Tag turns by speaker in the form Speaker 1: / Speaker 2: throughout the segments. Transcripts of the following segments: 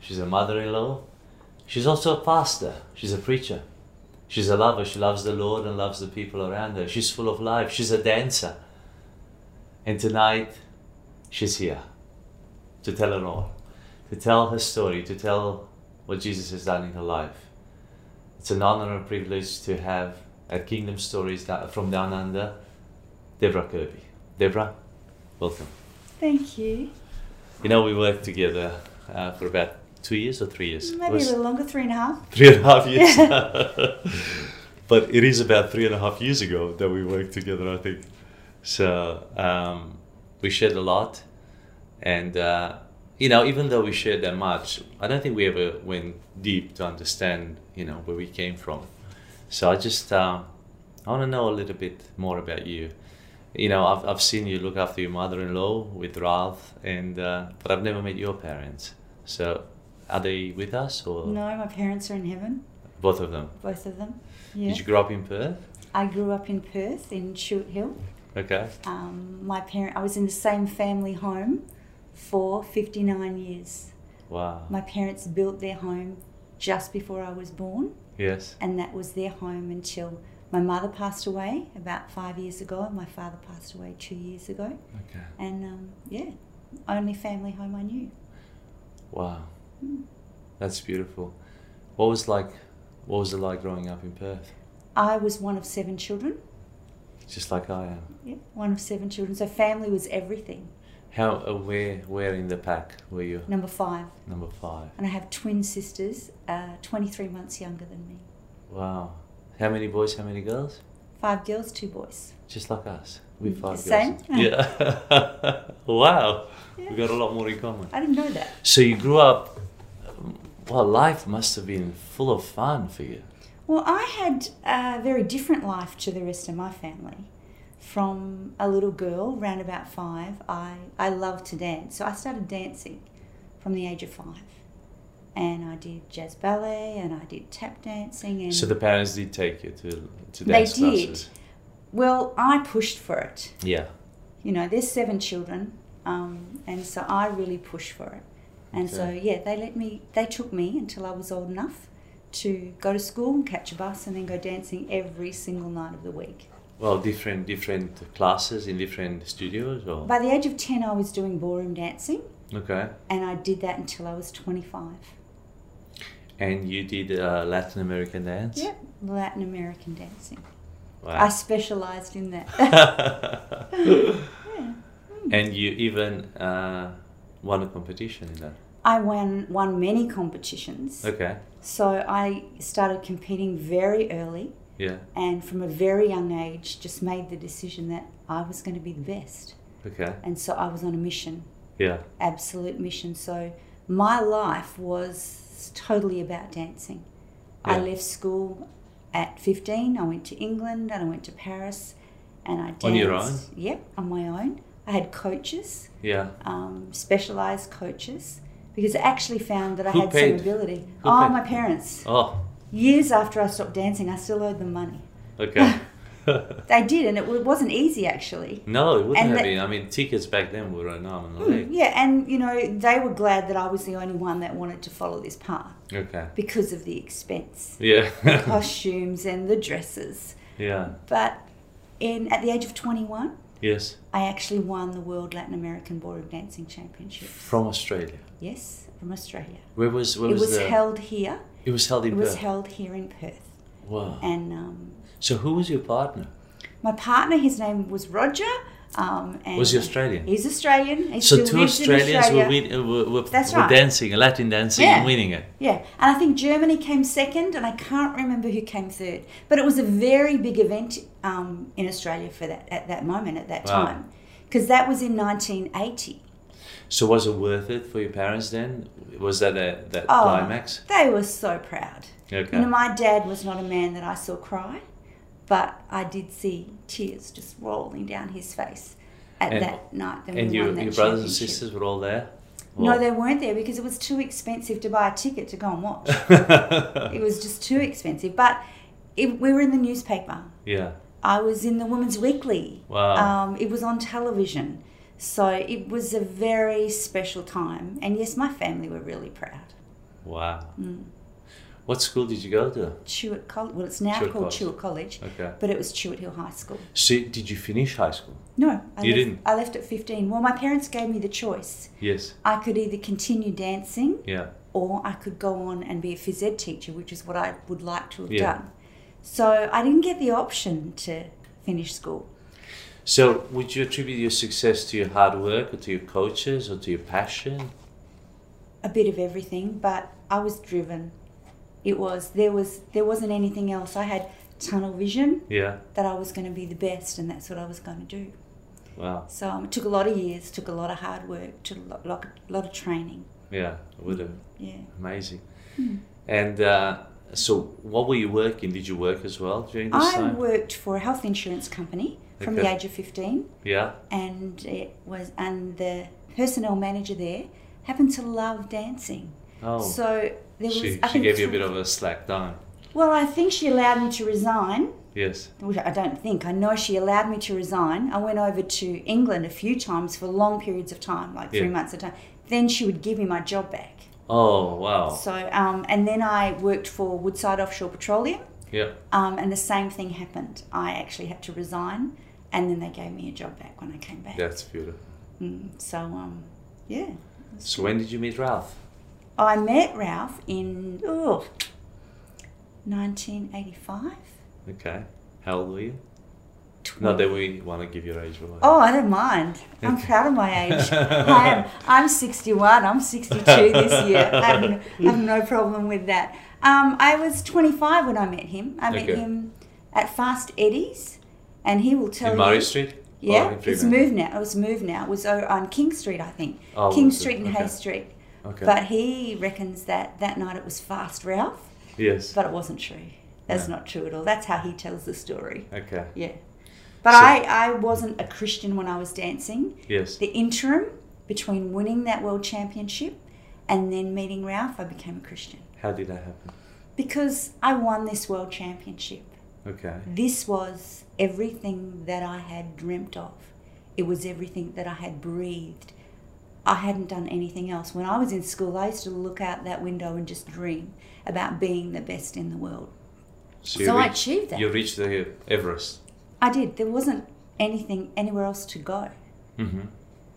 Speaker 1: she's a mother in law, she's also a pastor, she's a preacher, she's a lover, she loves the Lord and loves the people around her, she's full of life, she's a dancer. And tonight, she's here to tell it all, to tell her story, to tell what Jesus has done in her life. It's an honor and privilege to have at Kingdom Stories that- from Down Under, Deborah Kirby. Deborah, welcome.
Speaker 2: Thank you.
Speaker 1: You know, we worked together uh, for about two years or three years. It
Speaker 2: Maybe a
Speaker 1: was
Speaker 2: little longer, three and a half.
Speaker 1: Three and a half years. but it is about three and a half years ago that we worked together, I think. So um, we shared a lot. And, uh, you know, even though we shared that much, I don't think we ever went deep to understand, you know, where we came from. So I just, um, I want to know a little bit more about you. You know, I've, I've seen you look after your mother-in-law with Ralph, and uh, but I've never met your parents. So, are they with us or
Speaker 2: No, my parents are in heaven,
Speaker 1: both of them?
Speaker 2: both of them. Yeah.
Speaker 1: Did you grow up in Perth?
Speaker 2: I grew up in Perth in Chute Hill.
Speaker 1: Okay.
Speaker 2: Um, my parent, I was in the same family home for 59 years.
Speaker 1: Wow.
Speaker 2: My parents built their home just before I was born,
Speaker 1: yes.
Speaker 2: and that was their home until my mother passed away about five years ago, and my father passed away two years ago.
Speaker 1: Okay.
Speaker 2: And um, yeah, only family home I knew.
Speaker 1: Wow. That's beautiful. What was like? What was it like growing up in Perth?
Speaker 2: I was one of seven children.
Speaker 1: Just like I am.
Speaker 2: Yeah, one of seven children. So family was everything.
Speaker 1: How? Uh, where? Where in the pack were you?
Speaker 2: Number five.
Speaker 1: Number five.
Speaker 2: And I have twin sisters, uh, 23 months younger than me.
Speaker 1: Wow. How many boys? How many girls?
Speaker 2: Five girls, two boys.
Speaker 1: Just like us. We
Speaker 2: Mm,
Speaker 1: five
Speaker 2: the
Speaker 1: girls.
Speaker 2: same?
Speaker 1: Yeah. wow.
Speaker 2: Yeah.
Speaker 1: We got a lot more in common.
Speaker 2: I didn't know that.
Speaker 1: So you grew up. um, Well, life must have been full of fun for you.
Speaker 2: Well, I had a very different life to the rest of my family. From a little girl, round about five, I, I loved to dance. So I started dancing from the age of five. And I did jazz ballet and I did tap dancing. And
Speaker 1: So the parents did take you to to
Speaker 2: They
Speaker 1: dance
Speaker 2: did.
Speaker 1: classes.
Speaker 2: Well, I pushed for it.
Speaker 1: Yeah.
Speaker 2: you know, there's seven children, um, and so I really pushed for it. And so
Speaker 1: Okay.
Speaker 2: yeah, they let me. They took me until I was old enough to go to school and catch a bus, and then go dancing every single night of the week.
Speaker 1: Well, different different classes in different studios or
Speaker 2: By the age of ten, I was doing ballroom dancing,
Speaker 1: okay.
Speaker 2: and I did that until I was twenty-five.
Speaker 1: And you did uh, Latin American dance.
Speaker 2: Yep, Latin American dancing. I
Speaker 1: Wow.
Speaker 2: specialised in that. Yeah. Hmm.
Speaker 1: and you even uh, won a competition in that.
Speaker 2: I won won many competitions,
Speaker 1: Okay.
Speaker 2: so I started competing very early.
Speaker 1: Yeah.
Speaker 2: and from a very young age just made the decision that I was going to be the best.
Speaker 1: Okay.
Speaker 2: And so I was on a mission,
Speaker 1: Yeah.
Speaker 2: absolute mission. So my life was totally about dancing. I
Speaker 1: Yeah.
Speaker 2: left school at 15, I went to England and I went to Paris and I danced.
Speaker 1: On your
Speaker 2: Yep, on my own. I had coaches,
Speaker 1: Yeah.
Speaker 2: um, specialized coaches, because I actually found that I
Speaker 1: Who
Speaker 2: had
Speaker 1: paid?
Speaker 2: some ability.
Speaker 1: Who
Speaker 2: oh,
Speaker 1: paid?
Speaker 2: my parents.
Speaker 1: Oh.
Speaker 2: Years after I stopped dancing, I still owed them money.
Speaker 1: Okay.
Speaker 2: They did, and it w- wasn't easy actually.
Speaker 1: no, it wouldn't
Speaker 2: And
Speaker 1: have
Speaker 2: the-
Speaker 1: been. I mean, tickets back then were an arm and a
Speaker 2: Mm,
Speaker 1: leg.
Speaker 2: yeah, and you know, they were glad that I was the only one that wanted to follow this path
Speaker 1: Okay.
Speaker 2: because of the expense,
Speaker 1: Yeah.
Speaker 2: costumes, and the dresses.
Speaker 1: yeah.
Speaker 2: But in at the age of 21,
Speaker 1: Yes.
Speaker 2: I actually won the World Latin American Ballroom Dancing Championship.
Speaker 1: From Australia.
Speaker 2: Yes, from Australia.
Speaker 1: Where was where
Speaker 2: It
Speaker 1: was,
Speaker 2: was
Speaker 1: the
Speaker 2: held here.
Speaker 1: It was held in
Speaker 2: It was
Speaker 1: Perth.
Speaker 2: held here in Perth.
Speaker 1: Wow.
Speaker 2: And um,
Speaker 1: so who was your partner?
Speaker 2: my partner, his name was Roger. Um, and
Speaker 1: Was he Australian?
Speaker 2: He's Australian. He
Speaker 1: so
Speaker 2: still
Speaker 1: two
Speaker 2: lives in
Speaker 1: Australians were,
Speaker 2: Australia.
Speaker 1: win, uh, were, were,
Speaker 2: That's
Speaker 1: were
Speaker 2: right.
Speaker 1: dancing, Latin dancing,
Speaker 2: Yeah.
Speaker 1: and winning it.
Speaker 2: Yeah, and I think Germany came second, and I can't remember who came third. But it was a very big event um, in Australia for that at that moment, at that
Speaker 1: Wow.
Speaker 2: time, because that was in 1980.
Speaker 1: So was it worth it for your parents then? Was that a, that
Speaker 2: Oh,
Speaker 1: climax?
Speaker 2: They were so proud.
Speaker 1: Okay.
Speaker 2: You know, my dad was not a man that I saw cry, but I did see tears just rolling down his face at
Speaker 1: And-
Speaker 2: that night. That
Speaker 1: and
Speaker 2: we
Speaker 1: you,
Speaker 2: won that
Speaker 1: your brothers and
Speaker 2: championship.
Speaker 1: sisters were all there?
Speaker 2: No, they weren't there because it was too expensive to buy a ticket to go and watch.
Speaker 1: they.
Speaker 2: it was just too expensive. But it, we were in the newspaper.
Speaker 1: yeah.
Speaker 2: I was in the Women's Weekly.
Speaker 1: Wow.
Speaker 2: Um, it was on television. So it was a very special time. And yes, my family were really proud.
Speaker 1: Wow.
Speaker 2: Mm.
Speaker 1: What school did you go to?
Speaker 2: Chewett College, well, it's now
Speaker 1: Chewett
Speaker 2: called
Speaker 1: College.
Speaker 2: Chewett College,
Speaker 1: Okay.
Speaker 2: but it was Chewett Hill High School.
Speaker 1: So did you finish high school?
Speaker 2: No, I
Speaker 1: You
Speaker 2: left,
Speaker 1: didn't?
Speaker 2: I left at 15. Well, my parents gave me the choice.
Speaker 1: Yes.
Speaker 2: I could either continue dancing
Speaker 1: Yeah.
Speaker 2: or I could go on and be a phys ed teacher, which is what I would like to have
Speaker 1: Yeah.
Speaker 2: done. So I didn't get the option to finish school.
Speaker 1: So would you attribute your success to your hard work or to your coaches or to your passion?
Speaker 2: A bit of everything, but I was driven. It was there was there wasn't anything else. I had tunnel vision
Speaker 1: Yeah.
Speaker 2: that I was going to be the best, and that's what I was going to do.
Speaker 1: Wow.
Speaker 2: So um, it took a lot of years, took a lot of hard work, took a lot, lot, lot of training.
Speaker 1: Yeah. I would have.
Speaker 2: Yeah.
Speaker 1: Amazing.
Speaker 2: Hmm.
Speaker 1: And uh, so what were you working? Did you work as well during this
Speaker 2: I
Speaker 1: time?
Speaker 2: worked for a health insurance company from the
Speaker 1: Okay.
Speaker 2: age of 15,
Speaker 1: yeah.
Speaker 2: and it was and the personnel manager there happened to love dancing.
Speaker 1: Oh.
Speaker 2: so there was.
Speaker 1: she
Speaker 2: I
Speaker 1: she
Speaker 2: think
Speaker 1: gave you a bit of a slack down.
Speaker 2: Well, I think she allowed me to resign.
Speaker 1: Yes.
Speaker 2: Which I don't think. I know she allowed me to resign. I went over to England a few times for long periods of time, like three
Speaker 1: Yeah.
Speaker 2: months at a time. Then she would give me my job back.
Speaker 1: Oh wow.
Speaker 2: So, um, and then I worked for Woodside Offshore Petroleum,
Speaker 1: yeah.
Speaker 2: um, and the same thing happened. I actually had to resign, and then they gave me a job back when I came back.
Speaker 1: That's beautiful.
Speaker 2: Mm, so, um, yeah.
Speaker 1: So when did you meet Ralph?
Speaker 2: I met Ralph in oh, 1985.
Speaker 1: Okay. How old were you? Not that we want to give your age away.
Speaker 2: Oh, I don't mind. I'm proud of my age. I am. I'm 61. I'm 62 this year. I have, no, I have no problem with that. Um, I was 25 when I met him. I met
Speaker 1: Okay.
Speaker 2: him at Fast Eddie's, and he will tell
Speaker 1: in
Speaker 2: you.
Speaker 1: Murray Street?
Speaker 2: Yeah,
Speaker 1: Or in
Speaker 2: it's
Speaker 1: Fremantle?
Speaker 2: moved now. It's moved now. It was o- on King Street, I think.
Speaker 1: Oh,
Speaker 2: King
Speaker 1: was it?
Speaker 2: Street and
Speaker 1: Okay.
Speaker 2: Hay Street.
Speaker 1: Okay.
Speaker 2: But he reckons that that night it was Fast Ralph,
Speaker 1: yes.
Speaker 2: but it wasn't true. That's
Speaker 1: No.
Speaker 2: not true at all. That's how he tells the story.
Speaker 1: okay.
Speaker 2: Yeah. But
Speaker 1: So-
Speaker 2: I, I wasn't a Christian when I was dancing.
Speaker 1: Yes.
Speaker 2: The interim between winning that world championship and then meeting Ralph, I became a Christian
Speaker 1: How did that happen?
Speaker 2: because I won this world championship.
Speaker 1: Okay.
Speaker 2: This was everything that I had dreamt of, it was everything that I had breathed. I hadn't done anything else. When I was in school, I used to look out that window and just dream about being the best in the world.
Speaker 1: you
Speaker 2: So I
Speaker 1: reached-
Speaker 2: achieved that.
Speaker 1: You reached the Everest.
Speaker 2: I did. There wasn't anything anywhere else to go.
Speaker 1: Mm-hmm.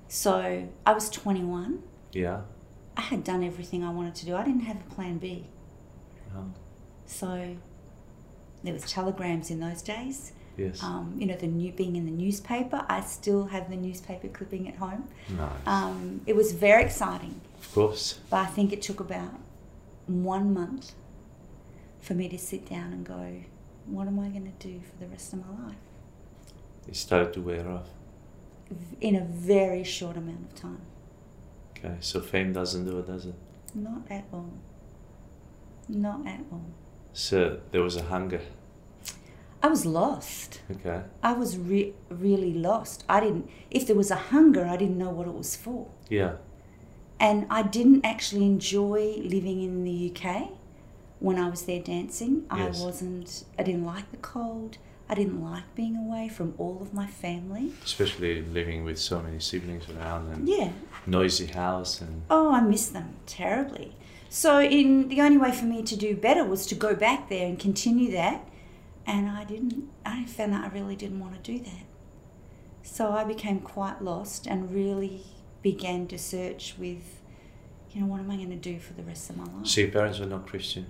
Speaker 2: So I was 21.
Speaker 1: Yeah.
Speaker 2: I had done everything I wanted to do. I didn't have a plan B.
Speaker 1: Oh,
Speaker 2: So there was telegrams in those days.
Speaker 1: yes.
Speaker 2: Um, you know, the new being in the newspaper. I still have the newspaper clipping at home.
Speaker 1: nice.
Speaker 2: Um, it was very exciting,
Speaker 1: of course.
Speaker 2: but I think it took about one month for me to sit down and go, what am I going to do for the rest of my life?
Speaker 1: It started to wear off.
Speaker 2: V- In a very short amount of time.
Speaker 1: Okay. So fame doesn't do it, does it?
Speaker 2: Not at all. Not at all.
Speaker 1: So there was a hunger.
Speaker 2: I was lost.
Speaker 1: Okay.
Speaker 2: I was re- really lost. I didn't, if there was a hunger, I didn't know what it was for.
Speaker 1: Yeah.
Speaker 2: And I didn't actually enjoy living in the UK when I was there dancing.
Speaker 1: Yes.
Speaker 2: I wasn't, I didn't like the cold. I didn't like being away from all of my family.
Speaker 1: Especially living with so many siblings around and
Speaker 2: Yeah.
Speaker 1: noisy house and
Speaker 2: Oh, I miss them terribly. So, in the only way for me to do better was to go back there and continue that. And I didn't, I found that I really didn't want to do that. So, I became quite lost and really began to search with, you know, what am I going to do for the rest of my life?
Speaker 1: so your parents were not Christian.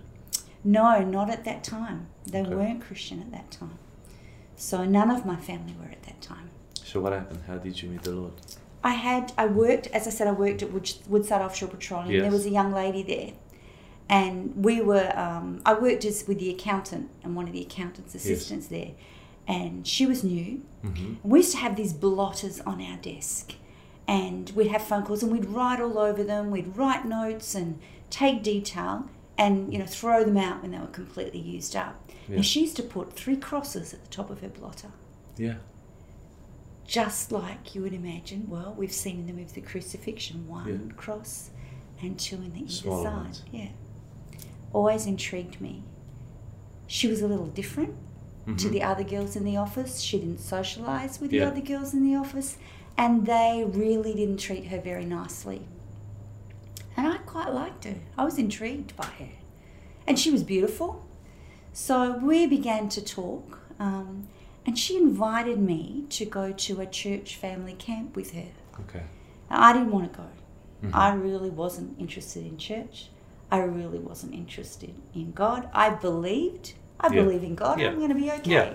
Speaker 2: No, not at that time. They
Speaker 1: Okay.
Speaker 2: weren't Christian at that time. So none of my family were at that time.
Speaker 1: So what happened? How did you meet the Lord?
Speaker 2: I had, I worked, as I said, I worked at Woods- Woodside Offshore Petroleum.
Speaker 1: Yes.
Speaker 2: There was a young lady there. And we were, um, I worked as with the accountant and one of the accountant's assistants there. And she was new.
Speaker 1: Mm-hmm.
Speaker 2: We used to have these blotters on our desk. and we'd have phone calls and we'd write all over them we'd write notes and take detail and you know throw them out when they were completely used up
Speaker 1: Yeah.
Speaker 2: and she used to put three crosses at the top of her blotter
Speaker 1: Yeah.
Speaker 2: just like you would imagine well we've seen in the movie the crucifixion one cross and two in the either
Speaker 1: Smaller
Speaker 2: side
Speaker 1: ones.
Speaker 2: yeah always intrigued me she was a little different to
Speaker 1: Mhm.
Speaker 2: the other girls in the office. She didn't socialise with
Speaker 1: Yeah.
Speaker 2: the other girls in the office, and they really didn't treat her very nicely. And I quite liked her. I was intrigued by her, and she was beautiful. So we began to talk, um, and she invited me to go to a church family camp with her.
Speaker 1: Okay.
Speaker 2: Now, I didn't want to go.
Speaker 1: Mm-hmm.
Speaker 2: I really wasn't interested in church. I really wasn't interested in God. I believed. I
Speaker 1: Yeah.
Speaker 2: believe in God.
Speaker 1: Yeah.
Speaker 2: I'm going to be okay.
Speaker 1: Yeah.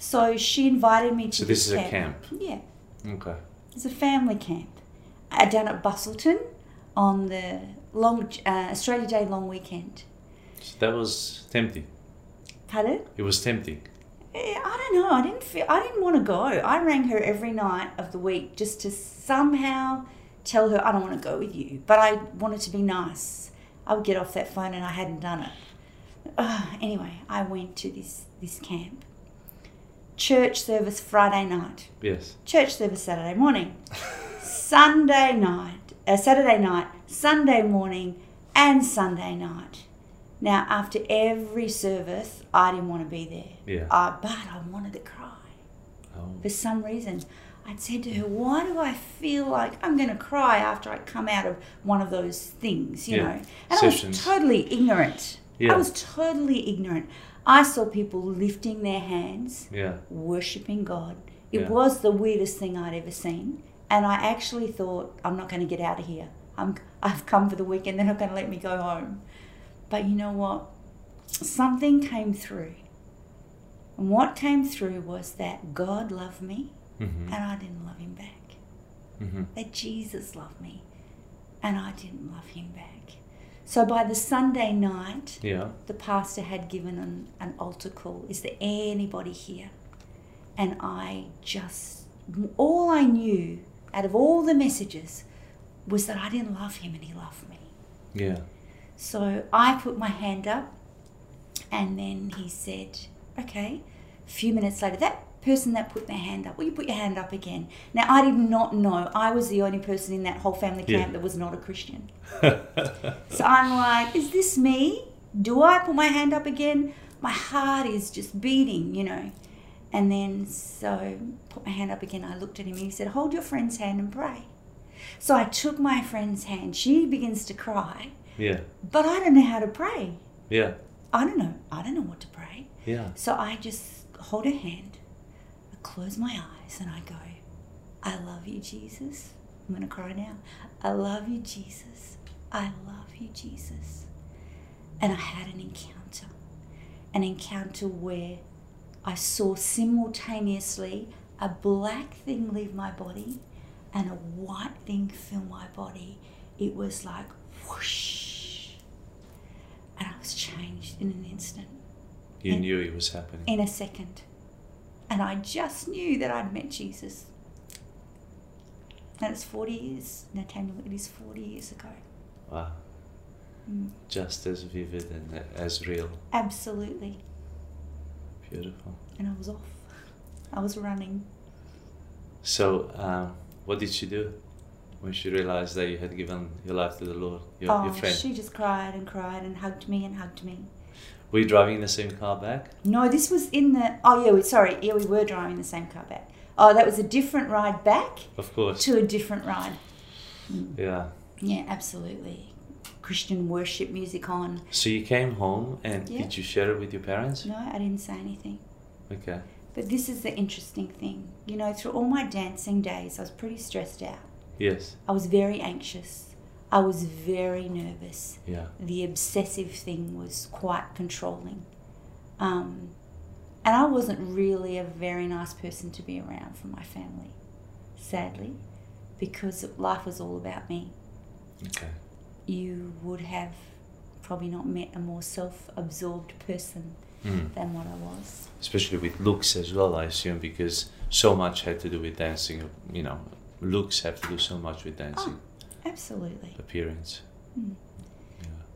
Speaker 2: So she invited me to
Speaker 1: So this is a camp.
Speaker 2: Yeah,
Speaker 1: Okay.
Speaker 2: it's a family camp uh, down at Bustleton on the long uh, Australia Day long weekend.
Speaker 1: So that was tempting.
Speaker 2: Pardon?
Speaker 1: It was tempting.
Speaker 2: Eh, I don't know. I didn't feel. I didn't want to go. I rang her every night of the week just to somehow tell her I don't want to go with you, but I wanted to be nice. I would get off that phone, and I hadn't done it. Ugh, anyway, I went to this this camp. Church service Friday night.
Speaker 1: Yes.
Speaker 2: Church service Saturday morning. Sunday night, uh, Saturday night, Sunday morning, and Sunday night. Now, after every service, I didn't want to be there.
Speaker 1: Yeah.
Speaker 2: Uh, but I wanted to cry.
Speaker 1: Oh.
Speaker 2: For some reason, I'd said to her, Why do I feel like I'm going to cry after I come out of one of those things, you
Speaker 1: Yeah.
Speaker 2: know? And
Speaker 1: Sessions.
Speaker 2: I was totally ignorant.
Speaker 1: Yeah.
Speaker 2: I was totally ignorant. I saw people lifting their hands,
Speaker 1: Yeah.
Speaker 2: worshipping God. It
Speaker 1: Yeah.
Speaker 2: was the weirdest thing I'd ever seen. And I actually thought, I'm not going to get out of here. I'm, I've come for the weekend. They're not going to let me go home. But you know what? Something came through. And what came through was that God loved me
Speaker 1: Mm-hmm.
Speaker 2: and I didn't love him back.
Speaker 1: Mm-hmm.
Speaker 2: That Jesus loved me and I didn't love him back. So by the Sunday night,
Speaker 1: Yeah.
Speaker 2: the pastor had given an, an altar call. Is there anybody here? And I just, all I knew out of all the messages was that I didn't love him and he loved me.
Speaker 1: Yeah.
Speaker 2: So I put my hand up, and then he said, Okay. A few minutes later, that person that put their hand up, will you put your hand up again? Now, I did not know. I was the only person in that whole family
Speaker 1: Yeah.
Speaker 2: camp that was not a Christian. So I'm like, Is this me? Do I put my hand up again? My heart is just beating, you know. And then, so put my hand up again. I looked at him and he said, Hold your friend's hand and pray. So I took my friend's hand. She begins to cry.
Speaker 1: yeah.
Speaker 2: But I don't know how to pray.
Speaker 1: Yeah.
Speaker 2: I don't know. I don't know what to pray.
Speaker 1: Yeah.
Speaker 2: So I just hold her hand, I close my eyes, and I go, I love you, Jesus. I'm going to cry now. I love you, Jesus. I love you, Jesus. And I had an encounter, an encounter where I saw simultaneously a black thing leave my body and a white thing fill my body. It was like whoosh. And I was changed in an instant
Speaker 1: You knew it was happening.
Speaker 2: in a second. And I just knew that I'd met Jesus. And it's 40 years, Nathaniel, it is 40 years ago.
Speaker 1: Wow.
Speaker 2: Mm.
Speaker 1: Just as vivid and as real.
Speaker 2: Absolutely.
Speaker 1: Beautiful.
Speaker 2: And I was off. I was running.
Speaker 1: So, um, what did she do when she realized that you had given your life to the Lord, your,
Speaker 2: oh,
Speaker 1: your friend?
Speaker 2: she just cried and cried and hugged me and hugged me.
Speaker 1: Were you driving in the same car back?
Speaker 2: No, this was in the. Oh, yeah, we, sorry. Yeah, we were driving the same car back. Oh, that was a different ride back
Speaker 1: Of course.
Speaker 2: to a different ride. Mm.
Speaker 1: Yeah.
Speaker 2: Yeah, absolutely. Christian worship music on.
Speaker 1: So you came home and
Speaker 2: Yeah.
Speaker 1: did you share it with your parents?
Speaker 2: No, I didn't say anything.
Speaker 1: Okay.
Speaker 2: But this is the interesting thing. You know, through all my dancing days, I was pretty stressed out.
Speaker 1: Yes.
Speaker 2: I was very anxious. I was very nervous.
Speaker 1: Yeah.
Speaker 2: The obsessive thing was quite controlling. Um, and I wasn't really a very nice person to be around for my family, sadly, because life was all about me.
Speaker 1: Okay.
Speaker 2: You would have probably not met a more self absorbed person
Speaker 1: Mm.
Speaker 2: than what I was.
Speaker 1: Especially with looks as well, I assume, because so much had to do with dancing, you know, looks have to do so much with dancing,
Speaker 2: Oh, Absolutely.
Speaker 1: appearance.